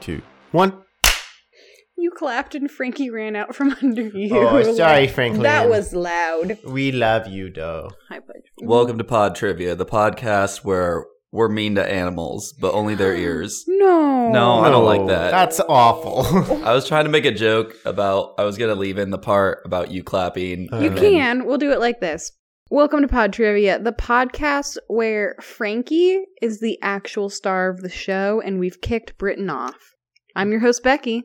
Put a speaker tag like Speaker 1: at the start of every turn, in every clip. Speaker 1: two, one.
Speaker 2: You clapped and Frankie ran out from under you.
Speaker 1: Oh, sorry, Franklin.
Speaker 3: That was loud.
Speaker 1: We love you, though.
Speaker 2: High pitch.
Speaker 4: Welcome to Pod Trivia, the podcast where we're mean to animals, but only their ears.
Speaker 2: No.
Speaker 4: No. Oh, I don't like
Speaker 1: No,
Speaker 4: that.
Speaker 1: That's awful.
Speaker 4: I was trying to make a joke about I was gonna leave in the part about you clapping.
Speaker 2: You
Speaker 1: Um,
Speaker 2: can. We'll do it like this. Welcome to Pod Trivia, the podcast where Frankie is the actual star of the show and we've kicked Britain off. I'm your host, Becky.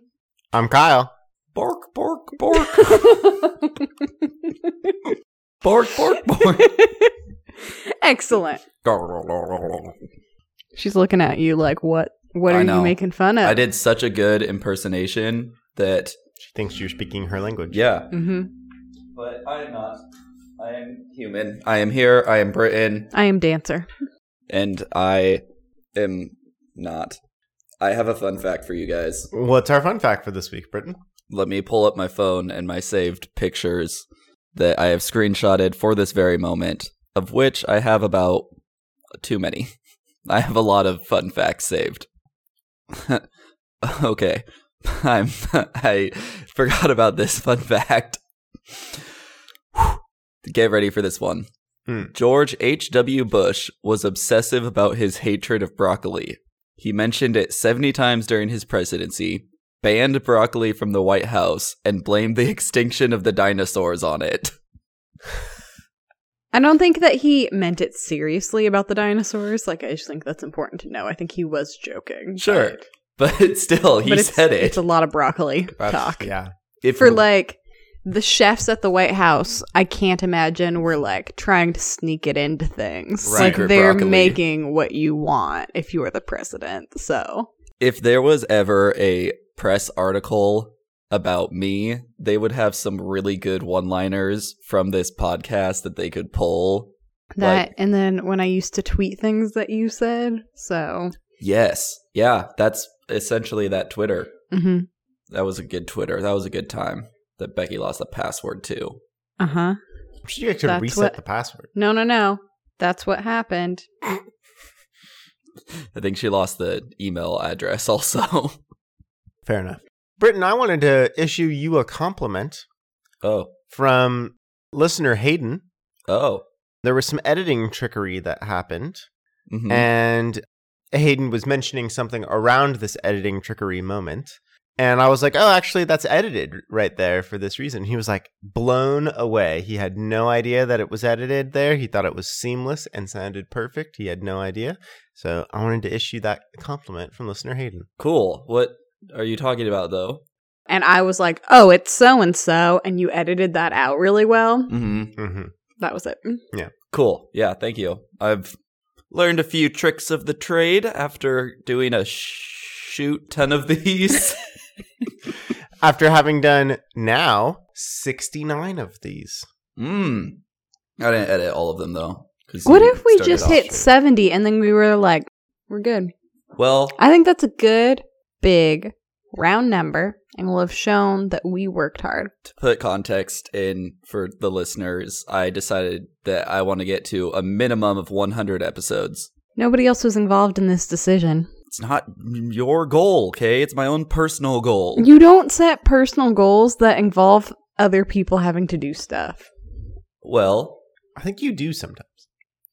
Speaker 1: I'm Kyle.
Speaker 4: Bork, bork, bork, bork, bork, bork.
Speaker 2: Excellent. She's looking at you like, what? What
Speaker 4: I
Speaker 2: are you
Speaker 4: know.
Speaker 2: making fun of?
Speaker 4: I did such a good impersonation that
Speaker 1: She thinks you're speaking her language.
Speaker 4: yeah.
Speaker 2: hmm
Speaker 4: But I am not. I am human. I am here. I am Britain,
Speaker 2: I am dancer.
Speaker 4: and I am not. I have a fun fact for you guys.
Speaker 1: What's our fun fact for this week, Britton?
Speaker 4: Let me pull up my phone and my saved pictures that I have screenshotted for this very moment, of which I have about too many. I have a lot of fun facts saved. okay. I'm I forgot about this fun fact. Whew. Get ready for this one.
Speaker 1: Hmm.
Speaker 4: George H.W. Bush was obsessive about his hatred of broccoli. He mentioned it 70 times during his presidency, banned broccoli from the White House, and blamed the extinction of the dinosaurs on it.
Speaker 2: I don't think that he meant it seriously about the dinosaurs. Like, I just think that's important to know. I think he was joking.
Speaker 4: Sure. But still, he
Speaker 2: but it's,
Speaker 4: said it.
Speaker 2: It's a lot of broccoli
Speaker 1: That's-
Speaker 2: talk.
Speaker 1: Yeah.
Speaker 4: If
Speaker 2: For
Speaker 4: you-
Speaker 2: like the chefs at the White House, I can't imagine we're like trying to sneak it into things.
Speaker 4: Right.
Speaker 2: Like
Speaker 4: Secret
Speaker 2: they're
Speaker 4: broccoli.
Speaker 2: making what you want if you were the president. So
Speaker 4: if there was ever a press article about me, they would have some really good one liners from this podcast that they could pull.
Speaker 2: that,
Speaker 4: Like-
Speaker 2: and then when I used to tweet things that you said, so
Speaker 4: Yes. Yeah. That's essentially that Twitter.
Speaker 2: hmm
Speaker 4: That was a good Twitter. That was a good time that Becky lost the password to.
Speaker 2: uh huh.
Speaker 1: I'm sure you have to
Speaker 2: That's
Speaker 1: reset
Speaker 2: what-
Speaker 1: the password.
Speaker 2: No, no, no. That's what happened.
Speaker 4: I think she lost the email address also.
Speaker 1: Fair enough. Britton, I wanted to issue you a compliment
Speaker 4: oh.
Speaker 1: from listener Hayden.
Speaker 4: Oh.
Speaker 1: There was some editing trickery that happened,
Speaker 4: Mhm.
Speaker 1: and Hayden was mentioning something around this editing trickery moment. And I was like, oh, actually, that's edited right there for this reason. He was like blown away. He had no idea that it was edited there. He thought it was seamless and sounded perfect. He had no idea. So I wanted to issue that compliment from listener Hayden.
Speaker 4: cool. What are you talking about though?
Speaker 2: And I was like, oh, it's so and so. And you edited that out really well.
Speaker 4: Mm-hmm.
Speaker 1: Mm-hmm.
Speaker 2: That was it.
Speaker 4: Cool. Yeah, thank you. I've learned a few tricks of the trade after doing a shoot ton of these.
Speaker 1: after having done now 69 of these.
Speaker 4: Mmm. I didn't edit all of them though. 'cause
Speaker 2: What
Speaker 4: you
Speaker 2: if we
Speaker 4: started
Speaker 2: just
Speaker 4: off
Speaker 2: hit
Speaker 4: straight.
Speaker 2: 70 and then we were like, we're good?
Speaker 4: well,
Speaker 2: I think that's a good, big, round number, and we'll have shown that we worked hard.
Speaker 4: to put context in for the listeners, I decided that I want to get to a minimum of 100 episodes.
Speaker 2: Nobody else was involved in this decision.
Speaker 4: It's not your goal, okay? It's my own personal goal.
Speaker 2: You don't set personal goals that involve other people having to do stuff.
Speaker 4: well,
Speaker 1: I think you do sometimes.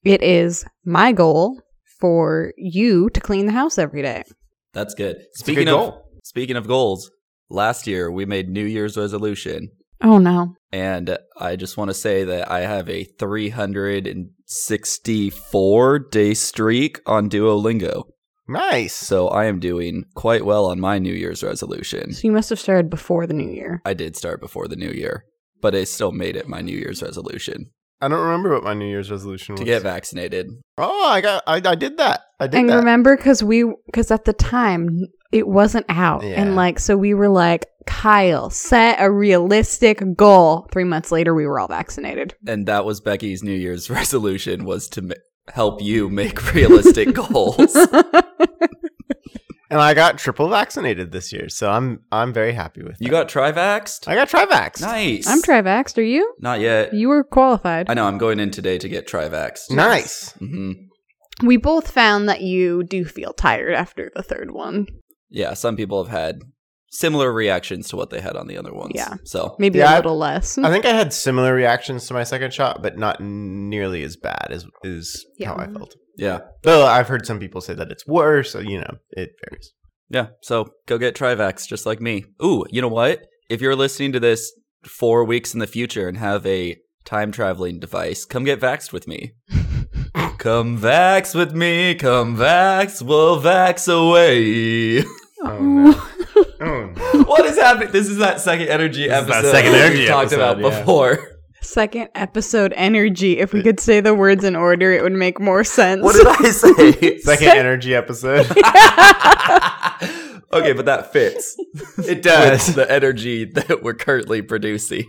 Speaker 2: It is my goal for you to clean the house every day.
Speaker 4: that's good.
Speaker 1: a good
Speaker 4: Speaking of
Speaker 1: goal.
Speaker 4: speaking of goals, last year we made New Year's resolution
Speaker 2: Oh no.
Speaker 4: And I just want to say that I have a 364 day streak on Duolingo.
Speaker 1: Nice.
Speaker 4: So I am doing quite well on my New Year's resolution.
Speaker 2: So you must have started before the new year.
Speaker 4: I did start before the new year, but I still made it my New Year's resolution
Speaker 1: I don't remember what my New Year's resolution was.
Speaker 4: to get vaccinated.
Speaker 1: Oh, I got I, I did that. I did
Speaker 2: and
Speaker 1: that.
Speaker 2: remember because we because at the time it wasn't out
Speaker 1: Yeah.
Speaker 2: and like so we were like kyle set a realistic goal three months later we were all vaccinated
Speaker 4: And that was Becky's New Year's resolution was to ma- help you make realistic goals.
Speaker 1: and I got triple vaccinated this year, so I'm I'm very happy with
Speaker 4: You
Speaker 1: that.
Speaker 4: got trivaxed?
Speaker 1: I got Trivax.
Speaker 4: Nice.
Speaker 2: i'm trivaxxed are you
Speaker 4: Not yet.
Speaker 2: you were qualified
Speaker 4: I know I'm going in today to get trivaxed.
Speaker 1: Nice.
Speaker 4: hmm
Speaker 2: we both found that you do feel tired after the third one
Speaker 4: yeah, some people have had similar reactions to what they had on the other ones.
Speaker 2: Yeah.
Speaker 4: So
Speaker 2: Maybe
Speaker 1: Yeah,
Speaker 2: a
Speaker 1: I-
Speaker 2: little less.
Speaker 1: I think I had similar reactions to my second shot, but not nearly as bad as is how I
Speaker 2: Yeah.
Speaker 1: felt.
Speaker 4: yeah,
Speaker 1: Though I've heard some people say that it's worse. So, you know, it varies.
Speaker 4: yeah. So go get Trivax, just like me. Ooh, you know what? If you're listening to this four weeks in the future and have a time traveling device, come get vaxxed with me. come vax with me. Come vax. We'll vax away.
Speaker 1: Oh, no. Oh, no.
Speaker 4: what is happening? This is that second energy
Speaker 1: This is that
Speaker 4: episode
Speaker 1: second energy
Speaker 4: we talked
Speaker 1: episode,
Speaker 4: about
Speaker 1: yeah.
Speaker 4: before.
Speaker 2: Second episode energy. If we could say the words in order, it would make more sense.
Speaker 4: What did I say?
Speaker 1: Second energy episode.
Speaker 4: okay, but that fits. It
Speaker 1: does.
Speaker 4: the energy that we're currently producing.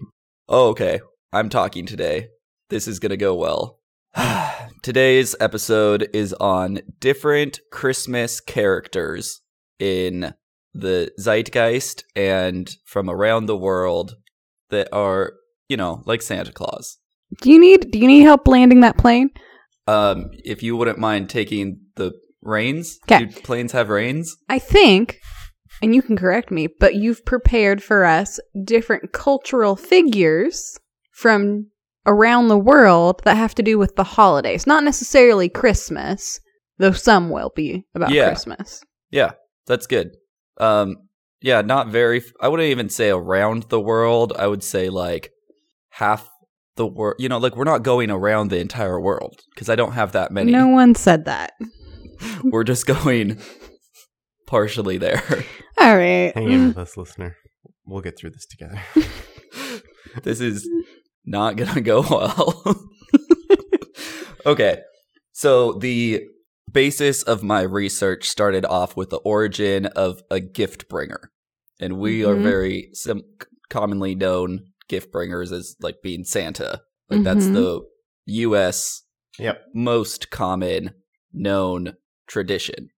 Speaker 4: Oh, okay. I'm talking today. This is going to go well. Today's episode is on different Christmas characters in the zeitgeist and from around the world that are, you know, like Santa Claus.
Speaker 2: do you need do you need help landing that plane?
Speaker 4: Um, if you wouldn't mind taking the reins,
Speaker 2: 'Kay.
Speaker 4: do planes have reins?
Speaker 2: I think and you can correct me, but you've prepared for us different cultural figures from around the world that have to do with the holidays. Not necessarily Christmas, though some will be about
Speaker 4: Yeah.
Speaker 2: Christmas.
Speaker 4: That's good. Um, yeah, not very. f- I wouldn't even say around the world. I would say like half the world. You know, like we're not going around the entire world because I don't have that many.
Speaker 2: No one said that.
Speaker 4: We're just going partially there.
Speaker 2: All right. Mm.
Speaker 1: Hang in with us, listener. We'll get through this together.
Speaker 4: this is not gonna go well. okay, so the basis of my research started off with the origin of a gift bringer, and we are
Speaker 2: Mhm.
Speaker 4: very sim- commonly known gift bringers as like being Santa. Like that's
Speaker 2: Mhm.
Speaker 4: the U.S.
Speaker 1: Yep.
Speaker 4: most common known tradition.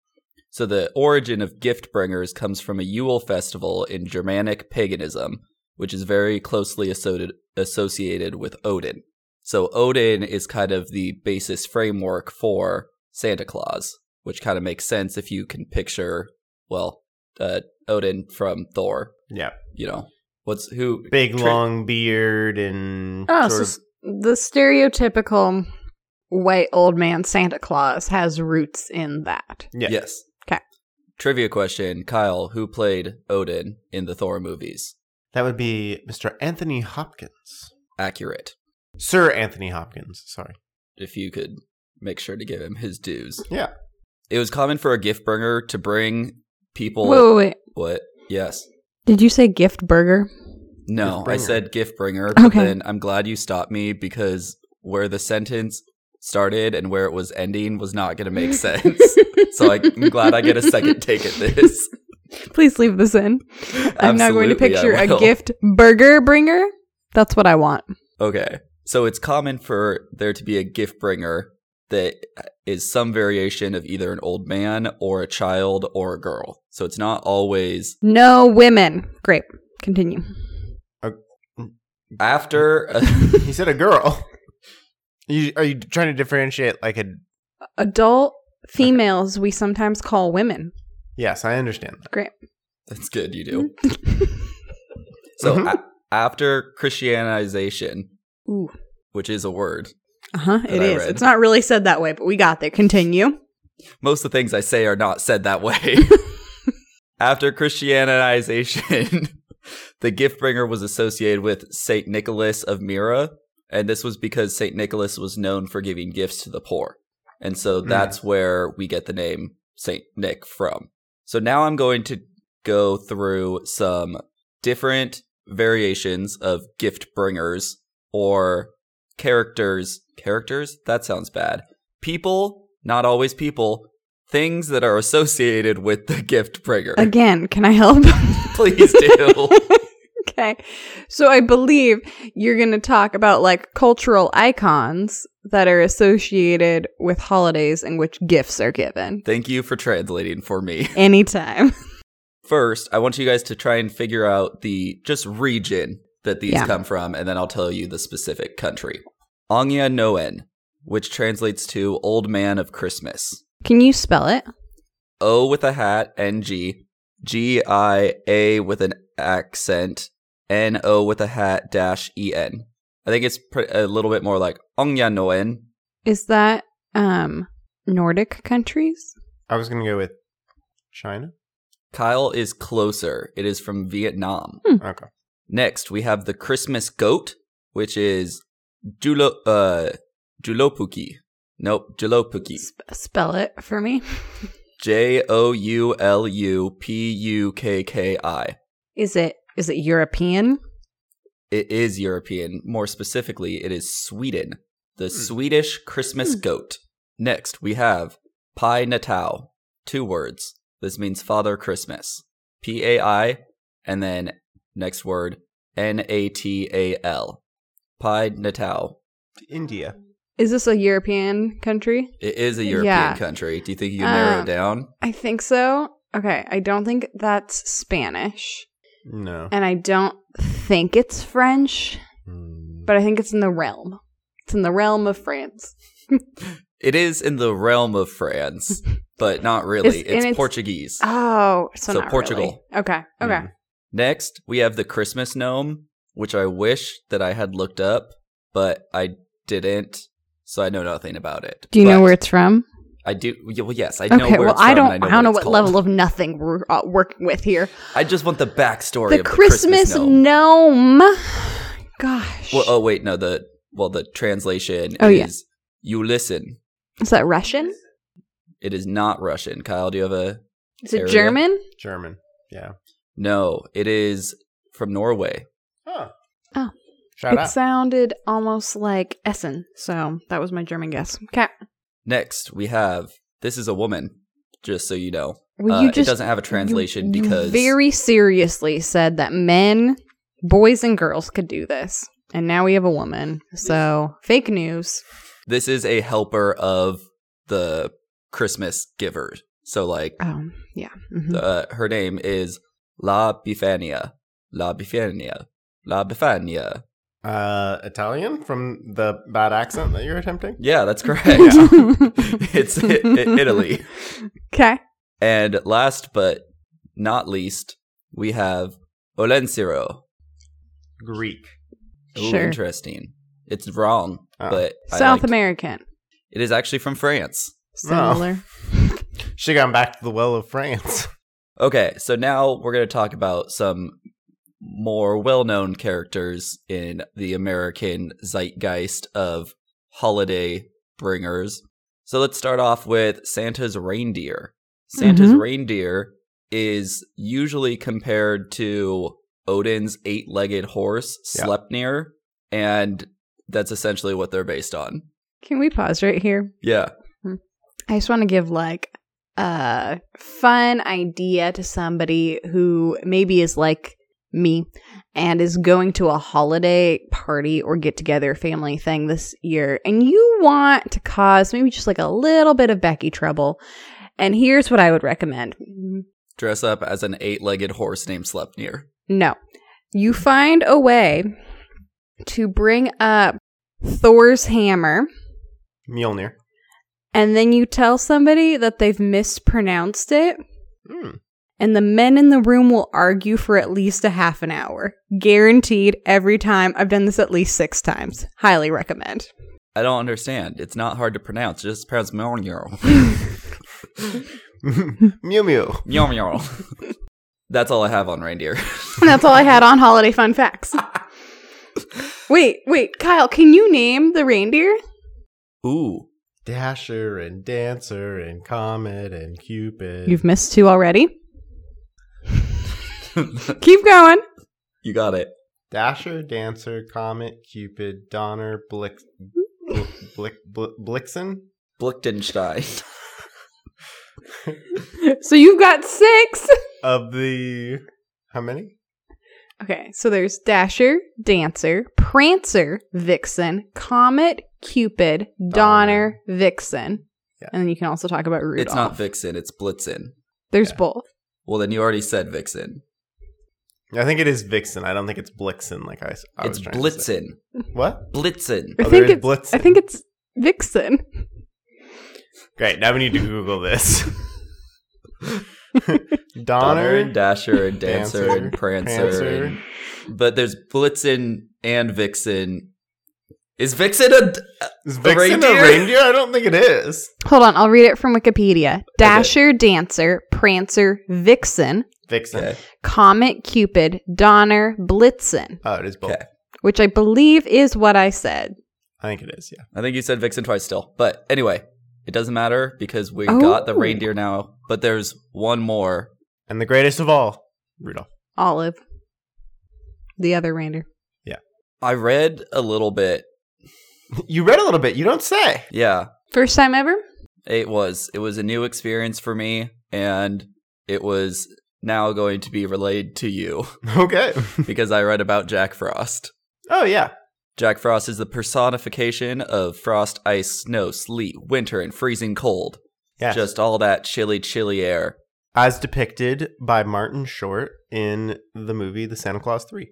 Speaker 4: So the origin of gift bringers comes from a Yule festival in Germanic paganism, which is very closely associated associated with Odin. So Odin is kind of the basis framework for Santa Claus, which kind of makes sense if you can picture, well, uh, Odin from Thor.
Speaker 1: Yeah.
Speaker 4: You know, what's who?
Speaker 1: Big,
Speaker 4: Tri-
Speaker 1: long beard and
Speaker 2: Oh,
Speaker 1: sort
Speaker 2: so
Speaker 1: of
Speaker 2: s- the stereotypical white old man Santa Claus has roots in that.
Speaker 1: Yeah.
Speaker 4: Yes.
Speaker 2: 'Kay.
Speaker 4: Trivia question, Kyle, who played Odin in the Thor movies?
Speaker 1: That would be Mr. Anthony Hopkins.
Speaker 4: Accurate.
Speaker 1: Sir Anthony Hopkins, sorry.
Speaker 4: if you could make sure to give him his dues.
Speaker 1: Yeah.
Speaker 4: It was common for a gift bringer to bring people
Speaker 2: Wait, wait, wait.
Speaker 4: what? Yes.
Speaker 2: Did you say gift burger?
Speaker 4: No,
Speaker 1: Gift
Speaker 4: I
Speaker 1: bringer.
Speaker 4: said gift bringer, but
Speaker 2: Okay.
Speaker 4: then I'm glad you stopped me because where the sentence started and where it was ending was not going to make sense. so I, am glad I get a second take at this.
Speaker 2: Please leave this in. I'm now going to
Speaker 4: Absolutely, I
Speaker 2: picture a
Speaker 4: will.
Speaker 2: gift burger bringer. That's what I want.
Speaker 4: Okay. So it's common for there to be a gift bringer that is some variation of either an old man or a child or a girl. So it's not always
Speaker 2: No women. Great. Continue.
Speaker 4: after a,
Speaker 1: He said a girl. You, are you trying to differentiate like a
Speaker 2: Adult females we sometimes call women.
Speaker 1: Yes, I understand that.
Speaker 4: that's good you do. so
Speaker 1: Mhm.
Speaker 4: a- after Christianization,
Speaker 2: Ooh.
Speaker 4: which is a word,
Speaker 2: Uh huh. It
Speaker 4: That I
Speaker 2: is.
Speaker 4: read.
Speaker 2: It's not really said that way, but we got there. Continue.
Speaker 4: most of the things I say are not said that way. After Christianization, the gift bringer was associated with Saint Nicholas of Myra, and this was because Saint Nicholas was known for giving gifts to the poor. And so
Speaker 1: Mm.
Speaker 4: that's where we get the name Saint Nick from. So now I'm going to go through some different variations of gift bringers or characters. Characters? That sounds bad. People, not always people, things that are associated with the gift bringer.
Speaker 2: Again, can I help?
Speaker 4: Please do.
Speaker 2: okay. So I believe you're going to talk about like cultural icons that are associated with holidays in which gifts are given.
Speaker 4: Thank you for translating for me.
Speaker 2: Anytime.
Speaker 4: First, I want you guys to try and figure out the just region that these
Speaker 2: Yeah.
Speaker 4: come from, and then I'll tell you the specific country. Anya Noen, which translates to Old Man of Christmas.
Speaker 2: Can you spell it?
Speaker 4: O with a hat, N G, G I A with an accent, N O with a hat dash E N. I think it's pr- a little bit more like Ongyanoen.
Speaker 2: Is that um Nordic countries?
Speaker 1: I was going to go with China.
Speaker 4: Kyle is closer. It is from Vietnam.
Speaker 1: Okay.
Speaker 4: Next, we have the Christmas goat, which is Julo uh Julopuki. Nope, Julopuki.
Speaker 2: Sp- spell it for me.
Speaker 4: J O U L U P U K K I.
Speaker 2: Is it is it European?
Speaker 4: It is European. More specifically, it is Sweden. The Swedish Christmas
Speaker 2: Hmm.
Speaker 4: goat. Next, we have Pai Natal. Two words. This means Father Christmas. P A I, and then next word, N A T A L. Pai Natal.
Speaker 1: India.
Speaker 2: Is this a European country?
Speaker 4: It is a European
Speaker 2: Yeah.
Speaker 4: country. Do you think you can narrow
Speaker 2: Um,
Speaker 4: it down?
Speaker 2: I think so. Okay, I don't think that's Spanish,
Speaker 1: No.
Speaker 2: and I don't think it's French,
Speaker 1: Mm.
Speaker 2: but I think it's in the realm. It's in the realm of France.
Speaker 4: It is in the realm of France, but not really.
Speaker 2: It's- and
Speaker 4: It's,
Speaker 2: it's-
Speaker 4: Portuguese.
Speaker 2: Oh, so,
Speaker 4: So
Speaker 2: not
Speaker 4: Portugal.
Speaker 2: really. Okay, okay.
Speaker 1: Mm.
Speaker 4: Next, we have the Christmas gnome, which I wish that I had looked up, but I didn't, so I know nothing about it.
Speaker 2: Do you know
Speaker 4: But
Speaker 2: where it's from?
Speaker 4: I do? y- Well, yes, I know
Speaker 2: Okay,
Speaker 4: where
Speaker 2: well,
Speaker 4: it's from.
Speaker 2: I
Speaker 4: and
Speaker 2: don't, I,
Speaker 4: know
Speaker 2: don't know
Speaker 4: what,
Speaker 2: what
Speaker 4: it's
Speaker 2: level
Speaker 4: called.
Speaker 2: of nothing we're uh, working with here.
Speaker 4: I just want the backstory
Speaker 2: The
Speaker 4: of the Christmas,
Speaker 2: Christmas
Speaker 4: gnome.
Speaker 2: gnome. Gosh,
Speaker 4: Well, oh wait, no. The well, the translation
Speaker 2: Oh, yeah.
Speaker 4: is you listen.
Speaker 2: is that Russian?
Speaker 4: It is not Russian. Kyle, do you have a
Speaker 2: Is it
Speaker 4: Area.
Speaker 2: German?
Speaker 1: German. Yeah.
Speaker 4: no? It is from Norway.
Speaker 1: Oh.
Speaker 2: Oh.
Speaker 1: Shout
Speaker 2: it
Speaker 1: out.
Speaker 2: sounded almost like Essen, so that was my German guess. Okay,
Speaker 4: Next, we have this is a woman. Just so you know,
Speaker 2: well,
Speaker 4: Uh,
Speaker 2: you just
Speaker 4: it doesn't have a translation
Speaker 2: you
Speaker 4: because
Speaker 2: very seriously said that men, boys, and girls could do this, and now we have a woman. So fake news.
Speaker 4: this is a helper of the Christmas giver. So like
Speaker 2: Oh yeah, mhm.
Speaker 4: uh, her name is La Bifania. La Bifania. La Bifania.
Speaker 1: Uh, Italian from the bad accent that you're attempting?
Speaker 4: Yeah, that's correct. it's i i- Italy.
Speaker 2: Okay.
Speaker 4: And last but not least, we have Olensiro.
Speaker 1: Greek.
Speaker 4: Ooh,
Speaker 2: Sure.
Speaker 4: interesting. It's wrong,
Speaker 1: Oh.
Speaker 4: but I
Speaker 2: South
Speaker 4: liked-
Speaker 2: American.
Speaker 4: It is actually from France.
Speaker 2: Similar.
Speaker 1: She gone back to the well of France.
Speaker 4: Okay, so now we're going to talk about some more well known characters in the American zeitgeist of holiday bringers. So let's start off with Santa's reindeer. Santa's
Speaker 2: Mhm.
Speaker 4: reindeer is usually compared to Odin's eight legged horse,
Speaker 1: Yeah.
Speaker 4: Sleipnir, and that's essentially what they're based on.
Speaker 2: Can we pause right here?
Speaker 4: Yeah.
Speaker 2: I just want to give like a fun idea to somebody who maybe is like me and is going to a holiday party or get together family thing this year and you want to cause maybe just like a little bit of Becky trouble. And here's what I would recommend.
Speaker 4: Dress up as an eight legged horse named Sleipnir.
Speaker 2: No. You find a way to bring up Thor's hammer
Speaker 1: Mjolnir.
Speaker 2: and then you tell somebody that they've mispronounced it,
Speaker 1: Mm.
Speaker 2: and the men in the room will argue for at least a half an hour. Guaranteed every time. I've done this at least six times. Highly recommend.
Speaker 4: I don't understand. It's not hard to pronounce. Just pronounce Mjolnir.
Speaker 1: Mew Mew.
Speaker 4: Meow meow. That's all I have on reindeer.
Speaker 2: And that's all I had on holiday fun facts. Wait, wait, Kyle, can you name the reindeer?
Speaker 4: Ooh.
Speaker 1: Dasher and Dancer and Comet and Cupid.
Speaker 2: You've missed two already. Keep going.
Speaker 4: you got it.
Speaker 1: Dasher, Dancer, Comet, Cupid, Donner, Blix, Bl- Blick, Bl- Blixen.
Speaker 4: Blichtenstein.
Speaker 2: So you've got six.
Speaker 1: Of the how many?
Speaker 2: Okay, so there's Dasher, Dancer, Prancer, Vixen, Comet, Cupid, Donner, Vixen.
Speaker 1: Oh, Yeah.
Speaker 2: And then you can also talk about Rudolph.
Speaker 4: It's not Vixen, it's Blitzen.
Speaker 2: There's
Speaker 1: yeah.
Speaker 2: both.
Speaker 4: Well, then you already said Vixen.
Speaker 1: I think it is Vixen. I don't think it's Blixen. Like I, s- I
Speaker 4: it's
Speaker 1: was trying to say.
Speaker 4: Blitzen.
Speaker 1: What?
Speaker 4: Blitzen.
Speaker 2: I
Speaker 1: Oh, there
Speaker 2: think
Speaker 1: is
Speaker 2: it's I
Speaker 1: Blitzen.
Speaker 2: think it's Vixen.
Speaker 1: Great. Now we need to Google this.
Speaker 4: Donner and
Speaker 1: Donner.
Speaker 4: Dasher and Dancer,
Speaker 1: Dancer,
Speaker 4: and Prancer.
Speaker 1: Prancer.
Speaker 4: And, but there's Blitzen and Vixen. Is Vixen a. d-
Speaker 1: Is Vixen a
Speaker 4: reindeer?
Speaker 1: reindeer? I don't think it is.
Speaker 2: Hold on, I'll read it from Wikipedia. Dasher, Dancer, Prancer, Vixen,
Speaker 1: Vixen.
Speaker 4: Okay.
Speaker 2: Comet, Cupid, Donner, Blitzen,
Speaker 1: Oh, it is both.
Speaker 4: Okay.
Speaker 2: which I believe is what I said.
Speaker 1: I think it is. Yeah.
Speaker 4: I think you said Vixen twice still. But anyway, it doesn't matter because we
Speaker 2: Oh.
Speaker 4: got the reindeer now. But there's one more.
Speaker 1: And the greatest of all, Rudolph.
Speaker 2: Olive. The other reindeer.
Speaker 4: I read a little bit.
Speaker 1: You read a little bit. You don't say.
Speaker 4: Yeah,
Speaker 2: First time ever?
Speaker 4: it was. It was a new experience for me. And it was now going to be relayed to you
Speaker 1: Okay.
Speaker 4: because I read about Jack Frost.
Speaker 1: oh yeah.
Speaker 4: Jack Frost is the personification of frost, ice, snow, sleet, winter, and freezing cold.
Speaker 1: Yeah.
Speaker 4: Just all that chilly, chilly air.
Speaker 1: As depicted by Martin Short in the movie The Santa Claus 3.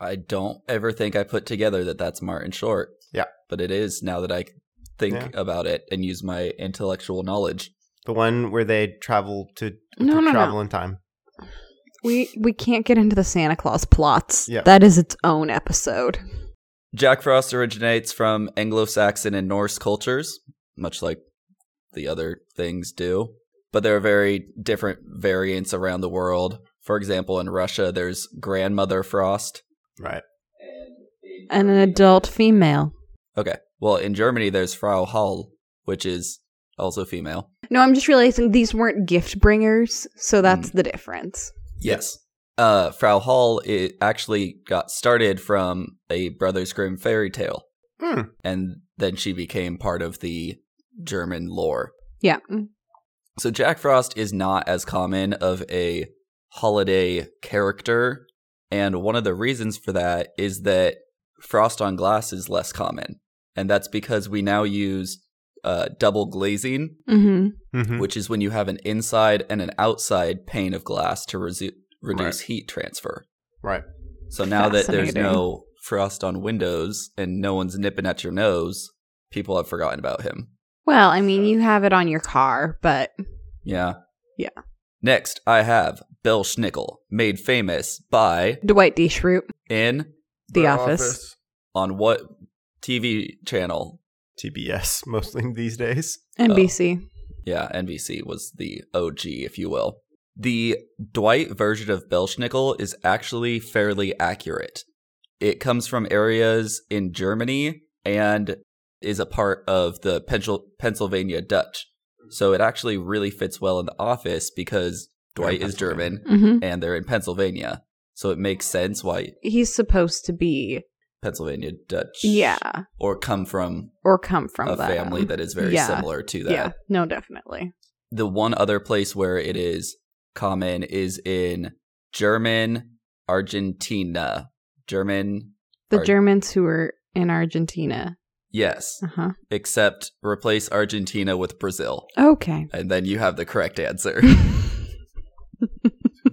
Speaker 4: I don't ever think I put together that that's Martin Short.
Speaker 1: Yeah.
Speaker 4: But it is now that I think
Speaker 1: Yeah.
Speaker 4: about it and use my intellectual knowledge.
Speaker 1: The one where they travel to,
Speaker 2: No,
Speaker 1: to
Speaker 2: no,
Speaker 1: travel
Speaker 2: no.
Speaker 1: in time.
Speaker 2: We we can't get into the Santa Claus plots.
Speaker 1: Yeah.
Speaker 2: That is its own episode.
Speaker 4: Jack Frost originates from Anglo Saxon and Norse cultures, much like the other things do. But there are very different variants around the world. For example, in Russia, there's Grandmother Frost.
Speaker 1: Right.
Speaker 2: And an adult female.
Speaker 4: Okay. Well, in Germany, there's Frau Hall, which is also female.
Speaker 2: No, I'm just realizing these weren't gift bringers, so that's the difference.
Speaker 4: Yes. Uh, Frau Hall it actually got started from a Brothers Grimm fairy tale,
Speaker 1: Hmm.
Speaker 4: and then she became part of the German lore.
Speaker 2: Yeah.
Speaker 4: So Jack Frost is not as common of a holiday character, and one of the reasons for that is that frost on glass is less common, and that's because we now use uh, double glazing,
Speaker 2: Mm-hmm.
Speaker 1: Mhm.
Speaker 4: which is when you have an inside and an outside pane of glass to resu- reduce heat transfer.
Speaker 1: Right.
Speaker 4: So now that there's
Speaker 2: Fascinating.
Speaker 4: no frost on windows and no one's nipping at your nose, people have forgotten about him.
Speaker 2: Well, I mean, you have it on your car, but
Speaker 4: Yeah.
Speaker 2: Yeah.
Speaker 4: Next, I have Bill Schnickel, made famous by
Speaker 2: Dwight D. Schrute,
Speaker 4: in
Speaker 2: The, Office.
Speaker 4: on what TV channel?
Speaker 1: TBS mostly these days.
Speaker 2: Oh. NBC.
Speaker 4: Yeah, NBC was the OG, if you will. The Dwight version of Belschnickel is actually fairly accurate. It comes from areas in Germany and is a part of the Pensil- Pennsylvania Dutch. So it actually really fits well in the office because
Speaker 1: They're in
Speaker 4: Dwight is
Speaker 1: Pennsylvania.
Speaker 4: German
Speaker 2: Mm-hmm.
Speaker 4: and they're in Pennsylvania. So it makes sense why
Speaker 2: He's supposed to be,
Speaker 4: Pennsylvania Dutch
Speaker 2: yeah,
Speaker 4: or come from
Speaker 2: or come from
Speaker 4: a
Speaker 2: that.
Speaker 4: family that is very
Speaker 2: Yeah.
Speaker 4: similar to that.
Speaker 2: Yeah, no, definitely.
Speaker 4: the one other place where it is common is in German Argentina. German,
Speaker 2: The
Speaker 4: Ar-
Speaker 2: Germans who were in Argentina.
Speaker 4: yes,
Speaker 2: Uh huh.
Speaker 4: except replace Argentina with Brazil,
Speaker 2: Okay.
Speaker 4: and then you have the correct answer.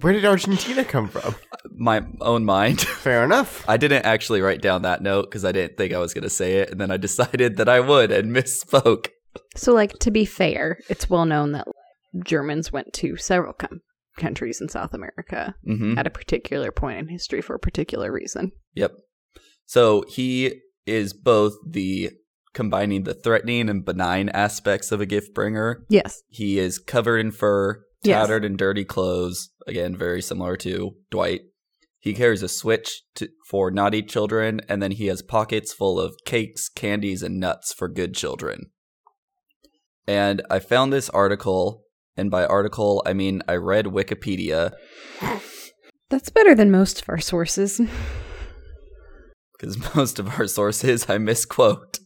Speaker 1: Where did Argentina come from?
Speaker 4: My own mind.
Speaker 1: Fair enough.
Speaker 4: I didn't actually write down that note because I didn't think I was going to say it, and then I decided that I would and misspoke.
Speaker 2: So, like, to be fair, it's well known that Germans went to several com- countries in South America
Speaker 4: hmm
Speaker 2: at a particular point in history for a particular reason.
Speaker 4: Yep. So he is both the combining the threatening and benign aspects of a gift bringer,
Speaker 2: Yes.
Speaker 4: He is covered in fur,
Speaker 2: Yes.
Speaker 4: tattered and dirty clothes. Again, very similar to Dwight. He carries a switch to, for naughty children, and then he has pockets full of cakes, candies, and nuts for good children. And I found this article, and by article, I mean I read Wikipedia,
Speaker 2: That's better than most of our sources.
Speaker 4: because most of our sources I misquote.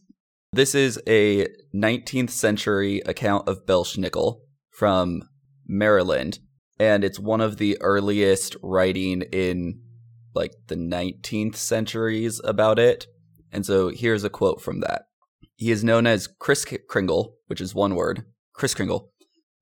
Speaker 4: This is a 19th century account of Belschnickel from Maryland, and it's one of the earliest writing in like the 19th centuries about it. And so here's a quote from that. He is known as Chris Kringle, which is one word, Chris Kringle,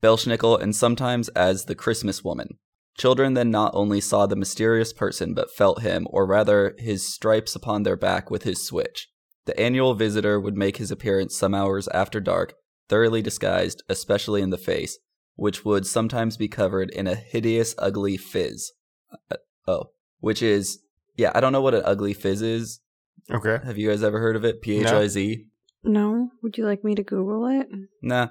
Speaker 4: Belschnickel, and sometimes as the Christmas woman. Children then not only saw the mysterious person, but felt him, or rather, his stripes upon their back with his switch. The annual visitor would make his appearance some hours after dark, thoroughly disguised, especially in the face, which would sometimes be covered in a hideous, ugly fizz. Uh, oh, which is, yeah, I don't know what an ugly fizz is.
Speaker 1: Okay.
Speaker 4: Have you guys ever heard of it? P H I Z?
Speaker 2: No? Would you like me to Google it?
Speaker 4: Nah.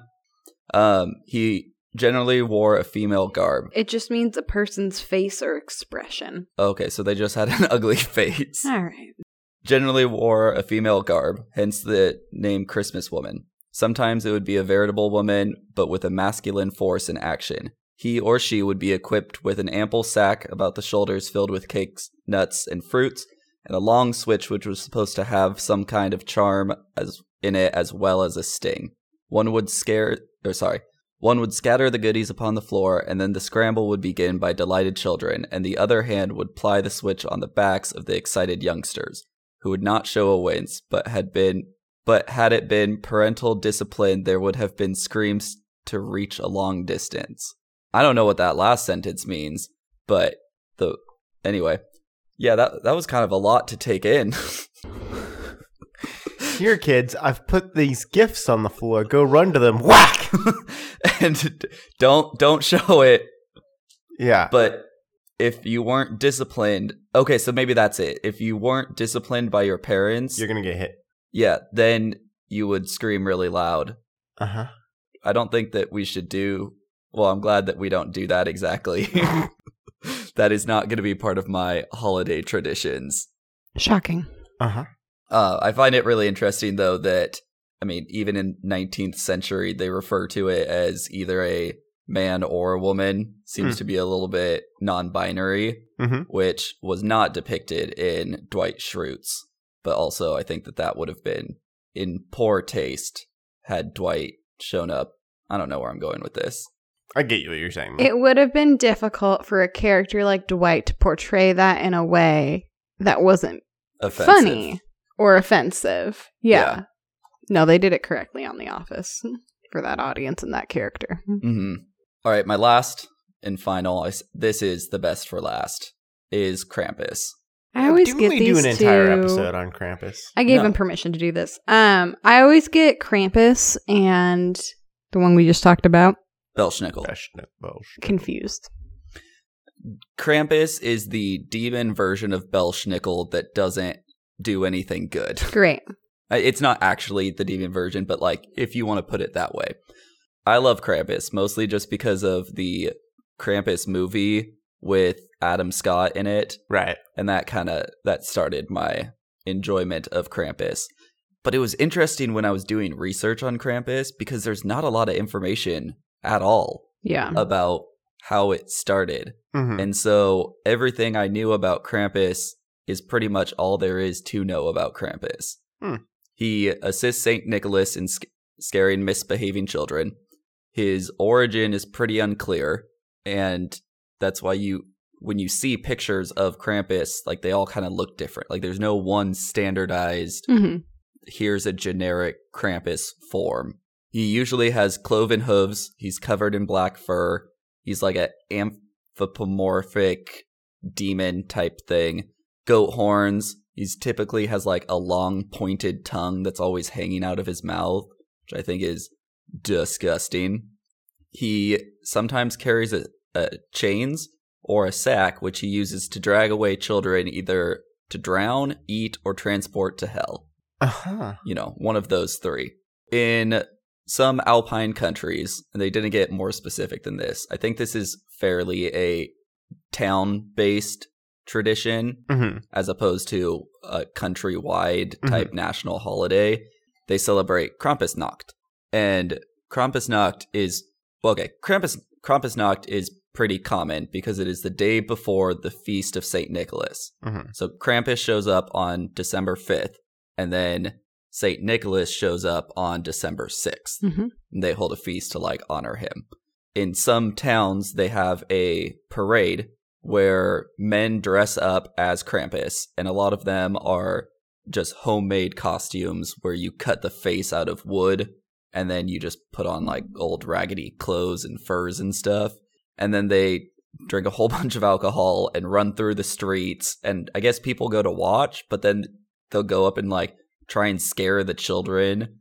Speaker 4: Um, he generally wore a female garb.
Speaker 2: It just means a person's face or expression.
Speaker 4: Okay, so they just had an ugly face.
Speaker 2: All right.
Speaker 4: generally wore a female garb, hence the name Christmas Woman. Sometimes it would be a veritable woman, but with a masculine force in action. He or she would be equipped with an ample sack about the shoulders filled with cakes, nuts, and fruits, and a long switch which was supposed to have some kind of charm as in it as well as a sting. One would scare or sorry, one would scatter the goodies upon the floor, and then the scramble would begin by delighted children, and the other hand would ply the switch on the backs of the excited youngsters who would not show a wince, but had been but had it been parental discipline, there would have been screams to reach a long distance. I don't know what that last sentence means, but the anyway. Yeah, that that was kind of a lot to take in.
Speaker 1: Here, kids, I've put these gifts on the floor. Go run to them. Whack!
Speaker 4: and d- don't don't show it,
Speaker 1: Yeah.
Speaker 4: but if you weren't disciplined, okay, so maybe that's it. If you weren't disciplined by your parents,
Speaker 1: You're going to get hit.
Speaker 4: yeah, then you would scream really loud.
Speaker 1: Uh huh.
Speaker 4: I don't think that we should do. Well, I'm glad that we don't do that exactly. that is not going to be part of my holiday traditions.
Speaker 2: Shocking.
Speaker 1: Uh huh.
Speaker 4: Uh, I find it really interesting, though, that I mean, even in 19th century, they refer to it as either a man or a woman. Seems
Speaker 1: Hmm.
Speaker 4: to be a little bit non-binary,
Speaker 1: Mhm.
Speaker 4: which was not depicted in Dwight Schrute's. But also, I think that that would have been in poor taste had Dwight shown up. I don't know where I'm going with this.
Speaker 1: I get you what you're saying.
Speaker 2: It would have been difficult for a character like Dwight to portray that in a way that wasn't
Speaker 4: Offensive.
Speaker 2: funny or offensive. Yeah.
Speaker 4: Yeah.
Speaker 2: No, they did it correctly on The Office for that audience and that character.
Speaker 4: Mm-hmm. All right, my last and final. I s- This is the best for last. Is Krampus?
Speaker 2: I always
Speaker 1: do
Speaker 2: get
Speaker 1: we
Speaker 2: these
Speaker 1: do an entire
Speaker 2: two-
Speaker 1: episode on Krampus?
Speaker 2: I gave
Speaker 4: No.
Speaker 2: him permission to do this. Um, I always get Krampus and the one we just talked about
Speaker 4: Belschnickel.
Speaker 1: Gosh, no, Welsh.
Speaker 2: confused.
Speaker 4: Krampus is the demon version of Belschnickel that doesn't do anything good.
Speaker 2: Great.
Speaker 4: Uh, It's not actually the demon version, but like if you want to put it that way. I love Krampus mostly just because of the Krampus movie with Adam Scott in it.
Speaker 1: Right.
Speaker 4: and that kind of that started my enjoyment of Krampus. But it was interesting when I was doing research on Krampus because there's not a lot of information at all
Speaker 2: Yeah.
Speaker 4: about how it started.
Speaker 1: hmm
Speaker 4: And so everything I knew about Krampus is pretty much all there is to know about Krampus.
Speaker 1: Hmm.
Speaker 4: He assists St. Nicholas in sc- scaring misbehaving children. His origin is pretty unclear. And that's why you, when you see pictures of Krampus, like they all kind of look different. Like there's no one standardized,
Speaker 2: hmm
Speaker 4: here's a generic Krampus form. He usually has cloven hooves. He's covered in black fur. He's like a anthropomorphic demon type thing. Goat horns. He's typically has like a long pointed tongue that's always hanging out of his mouth, which I think is disgusting. He sometimes carries a, a chains or a sack, which he uses to drag away children either to drown, eat, or transport to hell
Speaker 1: Uh huh.
Speaker 4: you know, one of those three. In some alpine countries, and they didn't get more specific than this. I think this is fairly a town based tradition
Speaker 1: hmm
Speaker 4: as opposed to a countrywide type national holiday. They celebrate Krampusnacht. And Krampusnacht is well, okay, Krampus Krampusnacht is pretty common because it is the day before the feast of St. Nicholas.
Speaker 1: hmm
Speaker 4: So Krampus shows up on December 5th, and then St. Nicholas shows up on December 6th.
Speaker 2: hmm
Speaker 4: And they hold a feast to like honor him. In some towns, they have a parade where men dress up as Krampus, and a lot of them are just homemade costumes where you cut the face out of wood and then you just put on like old raggedy clothes and furs and stuff. And then they drink a whole bunch of alcohol and run through the streets. And I guess people go to watch, but then they'll go up and like try and scare the children.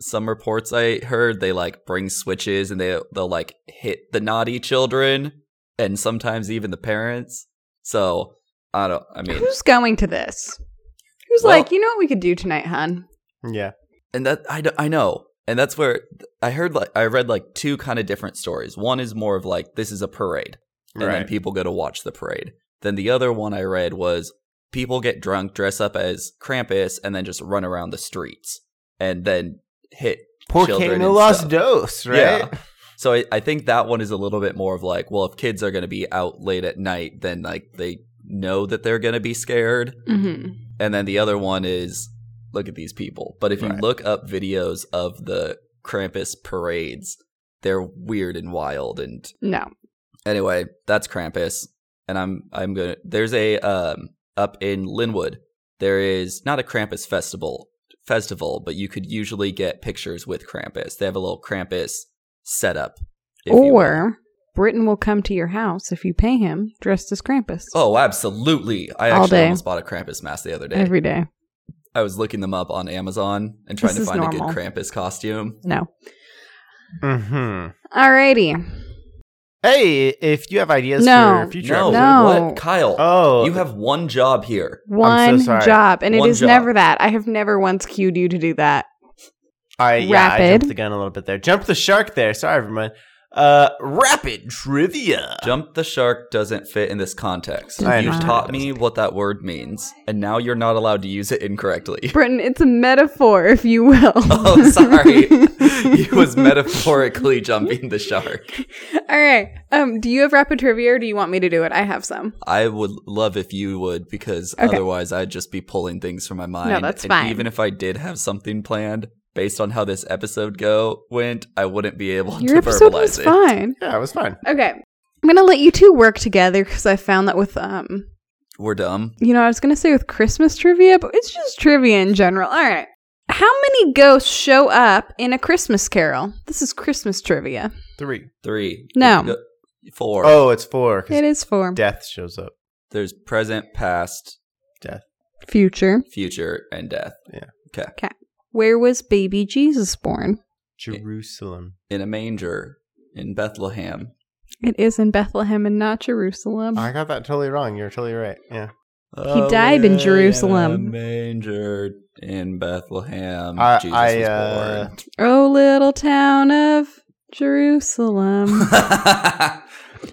Speaker 4: some reports I heard, they like bring switches and they they'll like hit the naughty children and sometimes even the parents. So I don't. I mean,
Speaker 2: Who's going to this? Who's
Speaker 4: Well-
Speaker 2: like, you know what we could do tonight, hon?
Speaker 1: Yeah.
Speaker 4: and that I, d- I know and that's where i heard like i read like two kind of different stories one is more of like this is a parade and then
Speaker 1: Right.
Speaker 4: people go to watch the parade then the other one i read was people get drunk dress up as krampus and then just run around the streets and then hit
Speaker 1: Porque
Speaker 4: children
Speaker 1: no
Speaker 4: and
Speaker 1: los
Speaker 4: stuff.
Speaker 1: dos, right?
Speaker 4: Yeah. so I, I think that one is a little bit more of like well if kids are going to be out late at night then like they know that they're going to be scared
Speaker 2: Mm-hmm.
Speaker 4: and then the other one is look at these people. But if you
Speaker 1: Right.
Speaker 4: look up videos of the Krampus parades, they're weird and wild. And
Speaker 2: No.
Speaker 4: anyway, that's Krampus. And I'm I'm gonna there's a um up in Linwood there is not a Krampus festival festival, but you could usually get pictures with Krampus. They have a little Krampus setup. if you will.
Speaker 2: Or Britain will come to your house if you pay him dressed as Krampus
Speaker 4: oh, absolutely! I
Speaker 2: All
Speaker 4: actually
Speaker 2: day.
Speaker 4: almost bought a Krampus mask the other day.
Speaker 2: every day.
Speaker 4: I was looking them up on Amazon and trying
Speaker 2: This
Speaker 4: to
Speaker 2: is
Speaker 4: find a
Speaker 2: normal.
Speaker 4: good Krampus costume.
Speaker 2: No.
Speaker 1: Mm-hmm.
Speaker 2: Alrighty.
Speaker 1: Hey, if you have ideas
Speaker 2: No.
Speaker 1: for future
Speaker 4: No,
Speaker 1: episodes-
Speaker 2: No.
Speaker 4: what, Kyle?
Speaker 1: Oh,
Speaker 4: you have one job here.
Speaker 2: One
Speaker 1: sorry.
Speaker 2: job. And it
Speaker 4: One
Speaker 2: is
Speaker 4: job.
Speaker 2: never that. I have never once cued you to do that.
Speaker 1: I yeah, I
Speaker 2: Rapid.
Speaker 1: jumped the gun a little bit there. Jumped the shark there. Sorry, everyone. Uh, rapid trivia.
Speaker 4: Jump the shark doesn't fit in this context.
Speaker 2: Does
Speaker 4: You've
Speaker 2: not.
Speaker 4: taught me what that word means, and now you're not allowed to use it incorrectly.
Speaker 2: Britain, it's a metaphor, if you will.
Speaker 4: oh, sorry. he was metaphorically jumping the shark.
Speaker 2: All right. Um, do you have rapid trivia or do you want me to do it? I have some.
Speaker 4: I would love if you would, because
Speaker 2: Okay.
Speaker 4: otherwise I'd just be pulling things from my mind.
Speaker 2: that's
Speaker 4: and
Speaker 2: fine.
Speaker 4: Even if I did have something planned based on how this episode go went, I wouldn't be able
Speaker 2: Your
Speaker 4: to
Speaker 2: episode
Speaker 4: verbalize
Speaker 2: was
Speaker 4: it.
Speaker 2: fine.
Speaker 1: Yeah, it was fun.
Speaker 2: Okay. I'm going to let you two work together because I found that with, um,
Speaker 4: We're dumb.
Speaker 2: you know, I was going to say with Christmas trivia, but it's just trivia in general. All right. How many ghosts show up in a Christmas carol? This is Christmas trivia.
Speaker 1: Three.
Speaker 4: Three.
Speaker 2: No.
Speaker 4: Go- Four.
Speaker 1: Oh, it's four. 'cause
Speaker 2: It is for
Speaker 1: death shows up.
Speaker 4: There's present, past,
Speaker 2: future.
Speaker 4: future, and death
Speaker 2: Where was baby Jesus born?
Speaker 1: Jerusalem.
Speaker 4: in a manger in Bethlehem.
Speaker 2: It is in Bethlehem and not Jerusalem.
Speaker 1: I got that totally wrong. You're totally right. Yeah.
Speaker 4: Oh,
Speaker 2: died in
Speaker 4: yeah,
Speaker 2: Jerusalem.
Speaker 4: in a manger in Bethlehem.
Speaker 1: I-
Speaker 4: Jesus
Speaker 1: I,
Speaker 4: was
Speaker 1: uh,
Speaker 4: born.
Speaker 2: Oh, little town of Jerusalem.
Speaker 4: uh,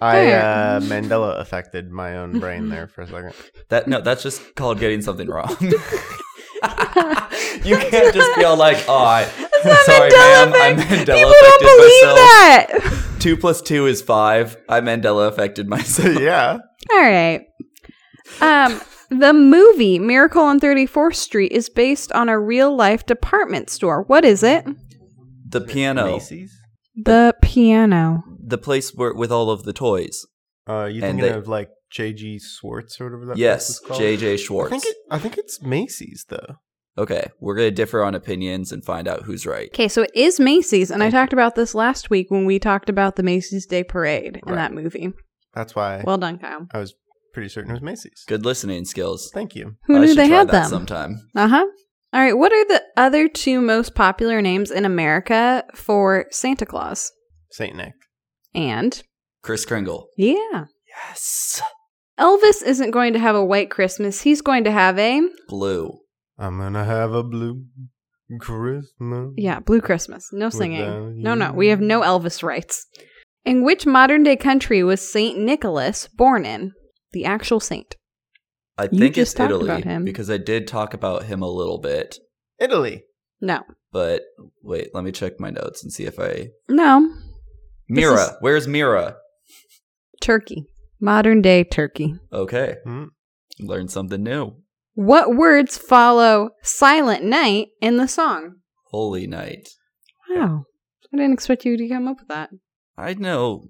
Speaker 1: I
Speaker 2: Fair.
Speaker 1: uh, Mandela affected my own brain there for a second.
Speaker 4: that no, that's just called getting something wrong. you can't just be all like, "Oh, I,
Speaker 2: That's not
Speaker 4: sorry,
Speaker 2: Mandela
Speaker 4: ma'am, I
Speaker 2: effect.
Speaker 4: Mandela
Speaker 2: People don't
Speaker 4: affected
Speaker 2: believe
Speaker 4: myself.
Speaker 2: that.
Speaker 4: Two plus two is five. I Mandela affected myself.
Speaker 1: yeah.
Speaker 2: All right. Um, the movie Miracle on 34th Street is based on a real life department store. What is it?
Speaker 4: The piano,
Speaker 1: Macy's.
Speaker 2: The piano.
Speaker 4: the place where with all of the toys.
Speaker 1: Uh, you
Speaker 4: And
Speaker 1: thinking
Speaker 4: they-
Speaker 1: of like J.G. Swartz or whatever that place
Speaker 4: yes,
Speaker 1: is called?
Speaker 4: J.J.
Speaker 1: I
Speaker 4: Schwartz.
Speaker 1: think it, I think it's Macy's though.
Speaker 4: Okay, we're gonna differ on opinions and find out who's right.
Speaker 2: Okay, so it is Macy's, and I talked about this last week when we talked about the Macy's Day Parade in
Speaker 1: Right.
Speaker 2: that movie.
Speaker 1: That's why
Speaker 2: Well done, Kyle.
Speaker 1: I was pretty certain it was Macy's.
Speaker 4: Good listening skills.
Speaker 1: Thank you.
Speaker 2: Who
Speaker 4: I
Speaker 2: knew
Speaker 4: should
Speaker 2: they
Speaker 4: try
Speaker 2: had
Speaker 4: that
Speaker 2: them?
Speaker 4: sometime.
Speaker 2: Uh huh. All right. What are the other two most popular names in America for Santa Claus?
Speaker 1: Saint Nick.
Speaker 2: And
Speaker 4: Chris Kringle.
Speaker 2: yeah,
Speaker 4: Yes.
Speaker 2: Elvis isn't going to have a white Christmas. He's going to have a
Speaker 4: Blue.
Speaker 1: I'm gonna have a blue Christmas.
Speaker 2: yeah, blue Christmas. No
Speaker 1: Without
Speaker 2: singing.
Speaker 1: you.
Speaker 2: No, no. We have no Elvis rights. In which modern day country was Saint Nicholas born in? The actual saint.
Speaker 4: I
Speaker 2: You
Speaker 4: think
Speaker 2: just
Speaker 4: it's
Speaker 2: talked
Speaker 4: Italy
Speaker 2: about him.
Speaker 4: because I did talk about him a little bit,
Speaker 1: Italy.
Speaker 2: No,
Speaker 4: but wait, let me check my notes and see if I
Speaker 2: no.
Speaker 4: Mira,
Speaker 2: is-
Speaker 4: where's Mira?
Speaker 2: Turkey. Modern day Turkey.
Speaker 4: Okay.
Speaker 1: Hmm.
Speaker 4: Learn something new.
Speaker 2: What words follow "Silent Night" in the song?
Speaker 4: Holy night.
Speaker 2: Wow. I didn't expect you to come up with that.
Speaker 4: I know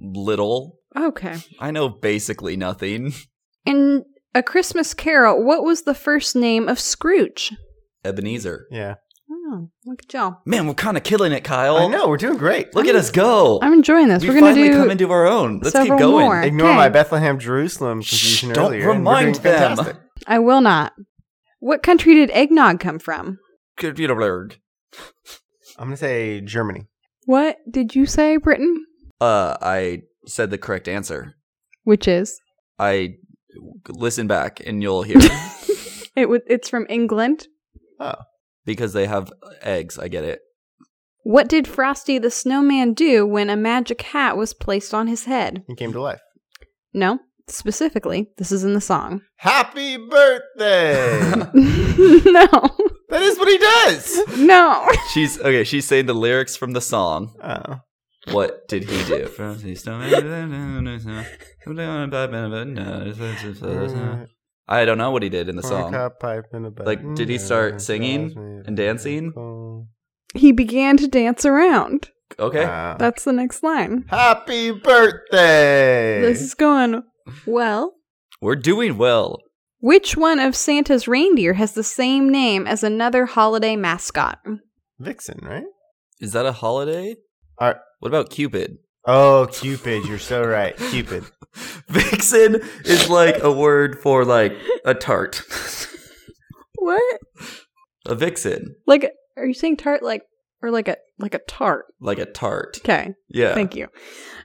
Speaker 4: little.
Speaker 2: Okay.
Speaker 4: I know basically nothing.
Speaker 2: In A Christmas Carol, what was the first name of Scrooge?
Speaker 4: Ebenezer.
Speaker 1: Yeah.
Speaker 2: Oh, look at y'all.
Speaker 4: Man, we're kind of killing it, Kyle.
Speaker 1: I know we're doing great.
Speaker 4: Look at us go.
Speaker 2: I'm enjoying this.
Speaker 4: we
Speaker 2: We're going
Speaker 4: finally
Speaker 2: to do.
Speaker 4: come into our own. Let's keep
Speaker 2: several
Speaker 4: going.
Speaker 2: more.
Speaker 1: Ignore
Speaker 2: Okay.
Speaker 1: my Bethlehem Jerusalem
Speaker 4: Shh,
Speaker 1: confusion
Speaker 4: don't
Speaker 1: earlier. and we're
Speaker 4: remind
Speaker 1: doing
Speaker 4: them.
Speaker 1: fantastic.
Speaker 2: I will not. What country did eggnog come from?
Speaker 4: Computerberg.
Speaker 1: I'm going to say Germany.
Speaker 2: What did you say, Britain?
Speaker 4: Uh, I said the correct answer.
Speaker 2: Which is
Speaker 4: I listen back and you'll hear
Speaker 2: it? W- it's from England.
Speaker 4: because they have eggs. I get it.
Speaker 2: What did Frosty the Snowman do when a magic hat was placed on his head?
Speaker 1: He came to life.
Speaker 2: No, specifically, this is in the song.
Speaker 1: Happy birthday!
Speaker 2: no,
Speaker 1: that is what he does.
Speaker 2: no.
Speaker 4: She's okay. She's saying the lyrics from the song.
Speaker 1: Oh.
Speaker 4: What did he
Speaker 1: Uh,
Speaker 4: do? I don't know what he did in the song. Like, did he
Speaker 1: Mm-hmm.
Speaker 4: start singing and dancing?
Speaker 2: He began to dance around.
Speaker 4: Okay.
Speaker 1: Wow.
Speaker 2: That's the next line.
Speaker 1: Ah. Happy birthday!
Speaker 2: This is going well.
Speaker 4: We're doing well.
Speaker 2: Which one of Santa's reindeer has the same name as another holiday mascot?
Speaker 1: Vixen, right?
Speaker 4: Is that a holiday?
Speaker 1: Are-
Speaker 4: What about Cupid?
Speaker 1: Oh, Cupid, you're so right. Cupid.
Speaker 4: Vixen is like a word for like a tart.
Speaker 2: What?
Speaker 4: a vixen,
Speaker 2: Like, are you saying tart like, or like a like a tart?
Speaker 4: like a tart.
Speaker 2: Okay,
Speaker 4: Yeah.
Speaker 2: thank you.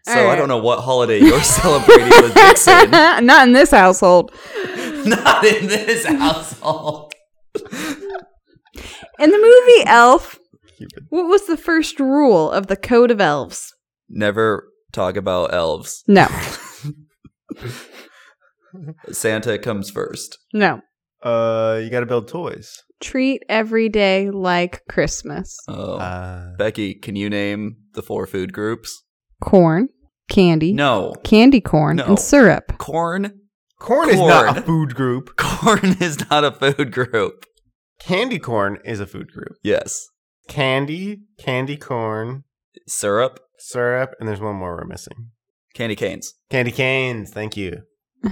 Speaker 4: so
Speaker 2: All
Speaker 4: I
Speaker 2: right.
Speaker 4: don't know what holiday you're celebrating with Vixen.
Speaker 2: Not in this household.
Speaker 4: Not in this household.
Speaker 2: In the movie Elf,
Speaker 1: Cupid.
Speaker 2: what was the first rule of the Code of Elves?
Speaker 4: Never talk about elves.
Speaker 2: No,
Speaker 4: Santa comes first.
Speaker 2: no.
Speaker 1: Uh, you got to build toys.
Speaker 2: Treat every day like Christmas.
Speaker 4: Oh.
Speaker 1: Uh,
Speaker 4: Becky, can you name the four food groups?
Speaker 2: Corn, candy,
Speaker 4: No.
Speaker 2: candy corn,
Speaker 4: No.
Speaker 2: and syrup.
Speaker 4: Corn?
Speaker 1: corn, is not a
Speaker 4: corn.
Speaker 1: food group.
Speaker 4: Corn is not a food group.
Speaker 1: Candy corn is a food group.
Speaker 4: Yes.
Speaker 1: Candy, candy corn,
Speaker 4: Syrup?
Speaker 1: syrup, and there's one more we're missing.
Speaker 4: Candy canes.
Speaker 1: Candy canes. Thank you.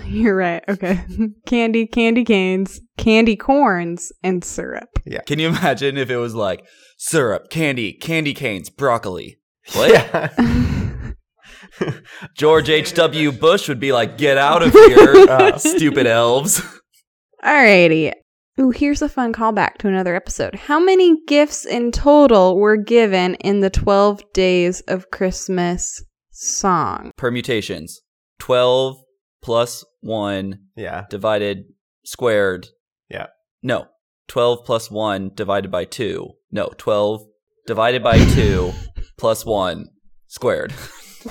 Speaker 2: You're right. Okay. candy, candy canes, candy corns, and syrup.
Speaker 4: Can you imagine if it was like syrup, candy, candy canes, broccoli? What?
Speaker 1: Yeah.
Speaker 4: George H.W. Bush would be like, get out of here,
Speaker 1: Uh,
Speaker 4: stupid elves.
Speaker 2: Alrighty. Ooh, here's a fun callback to another episode. How many gifts in total were given in the 12 Days of Christmas song?
Speaker 4: Permutations 12 plus 1
Speaker 1: yeah.
Speaker 4: divided squared.
Speaker 1: Yeah.
Speaker 4: No, 12 plus 1 divided by 2. No, 12 divided by 2 plus 1 squared.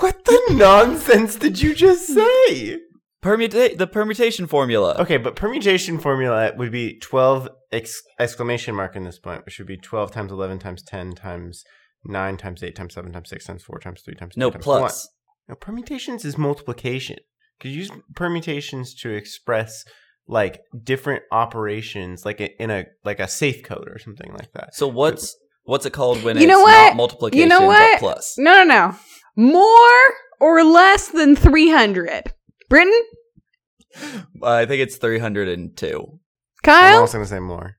Speaker 1: What the nonsense did you just say?
Speaker 4: Permuta- the permutation formula.
Speaker 1: Okay, but permutation formula would be 12 ex- exclamation mark in this point, which would be 12 times 11 times 10 times 9 times 8 times 7 times 6 times 4 times 3 times 2
Speaker 4: No,
Speaker 1: times
Speaker 4: plus.
Speaker 1: Now, permutations is multiplication. Could you use permutations to express like different operations, like a, in a like a safe code or something like that.
Speaker 4: So what's what's it called when
Speaker 2: You
Speaker 4: it's
Speaker 2: know what?
Speaker 4: not multiplication
Speaker 2: You know what?
Speaker 4: but plus?
Speaker 2: No, no, no. More or less than 300? Britain?
Speaker 4: I think it's 302.
Speaker 1: I'm
Speaker 2: Kyle?
Speaker 1: also gonna say more.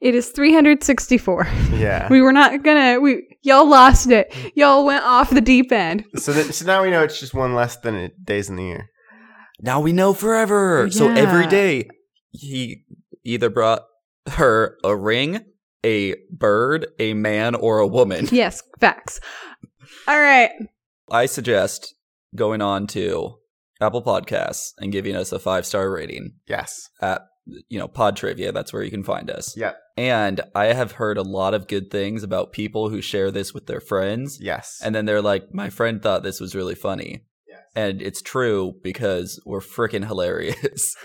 Speaker 2: It is 364.
Speaker 1: Yeah.
Speaker 2: We were not gonna, we, y'all lost it.
Speaker 1: Mm.
Speaker 2: Y'all went off the deep end.
Speaker 1: so th- so now we know it's just one less than it, days in the year.
Speaker 4: Now we know forever. So
Speaker 2: Yeah.
Speaker 4: every day he either brought her a ring, a bird, a man, or a woman.
Speaker 2: Yes, facts. All right.
Speaker 4: I suggest going on to Apple Podcasts and giving us a five star rating.
Speaker 1: Yes.
Speaker 4: You know, Pod Trivia, that's where you can find us.
Speaker 1: Yep.
Speaker 4: And I have heard a lot of good things about people who share this with their friends.
Speaker 1: Yes.
Speaker 4: And then they're like, my friend thought this was really funny.
Speaker 1: Yes.
Speaker 4: And it's true because we're freaking hilarious.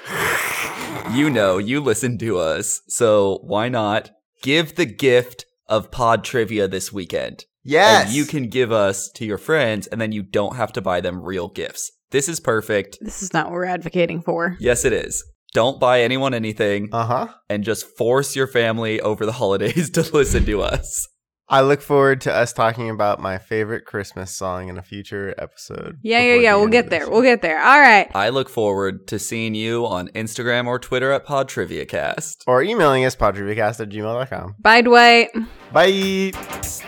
Speaker 4: you know, you listen to us. So why not give the gift of pod trivia this weekend?
Speaker 1: yes.
Speaker 4: and you can give us to your friends, and then you don't have to buy them real gifts. This is perfect.
Speaker 2: This is not what we're advocating for.
Speaker 4: Yes, it is. Don't buy anyone anything,
Speaker 1: Uh huh.
Speaker 4: and just force your family over the holidays to listen to us.
Speaker 1: I look forward to us talking about my favorite Christmas song in a future episode.
Speaker 2: Yeah, yeah,
Speaker 1: before
Speaker 2: yeah.
Speaker 1: the
Speaker 2: We'll
Speaker 1: end
Speaker 2: get
Speaker 1: of this
Speaker 2: there.
Speaker 1: year.
Speaker 2: We'll get there. All right.
Speaker 4: I look forward to seeing you on Instagram or Twitter at Pod Trivia Cast.
Speaker 1: or emailing us podtrivicast at gmail.com.
Speaker 2: Bye, Dwight.
Speaker 1: Bye.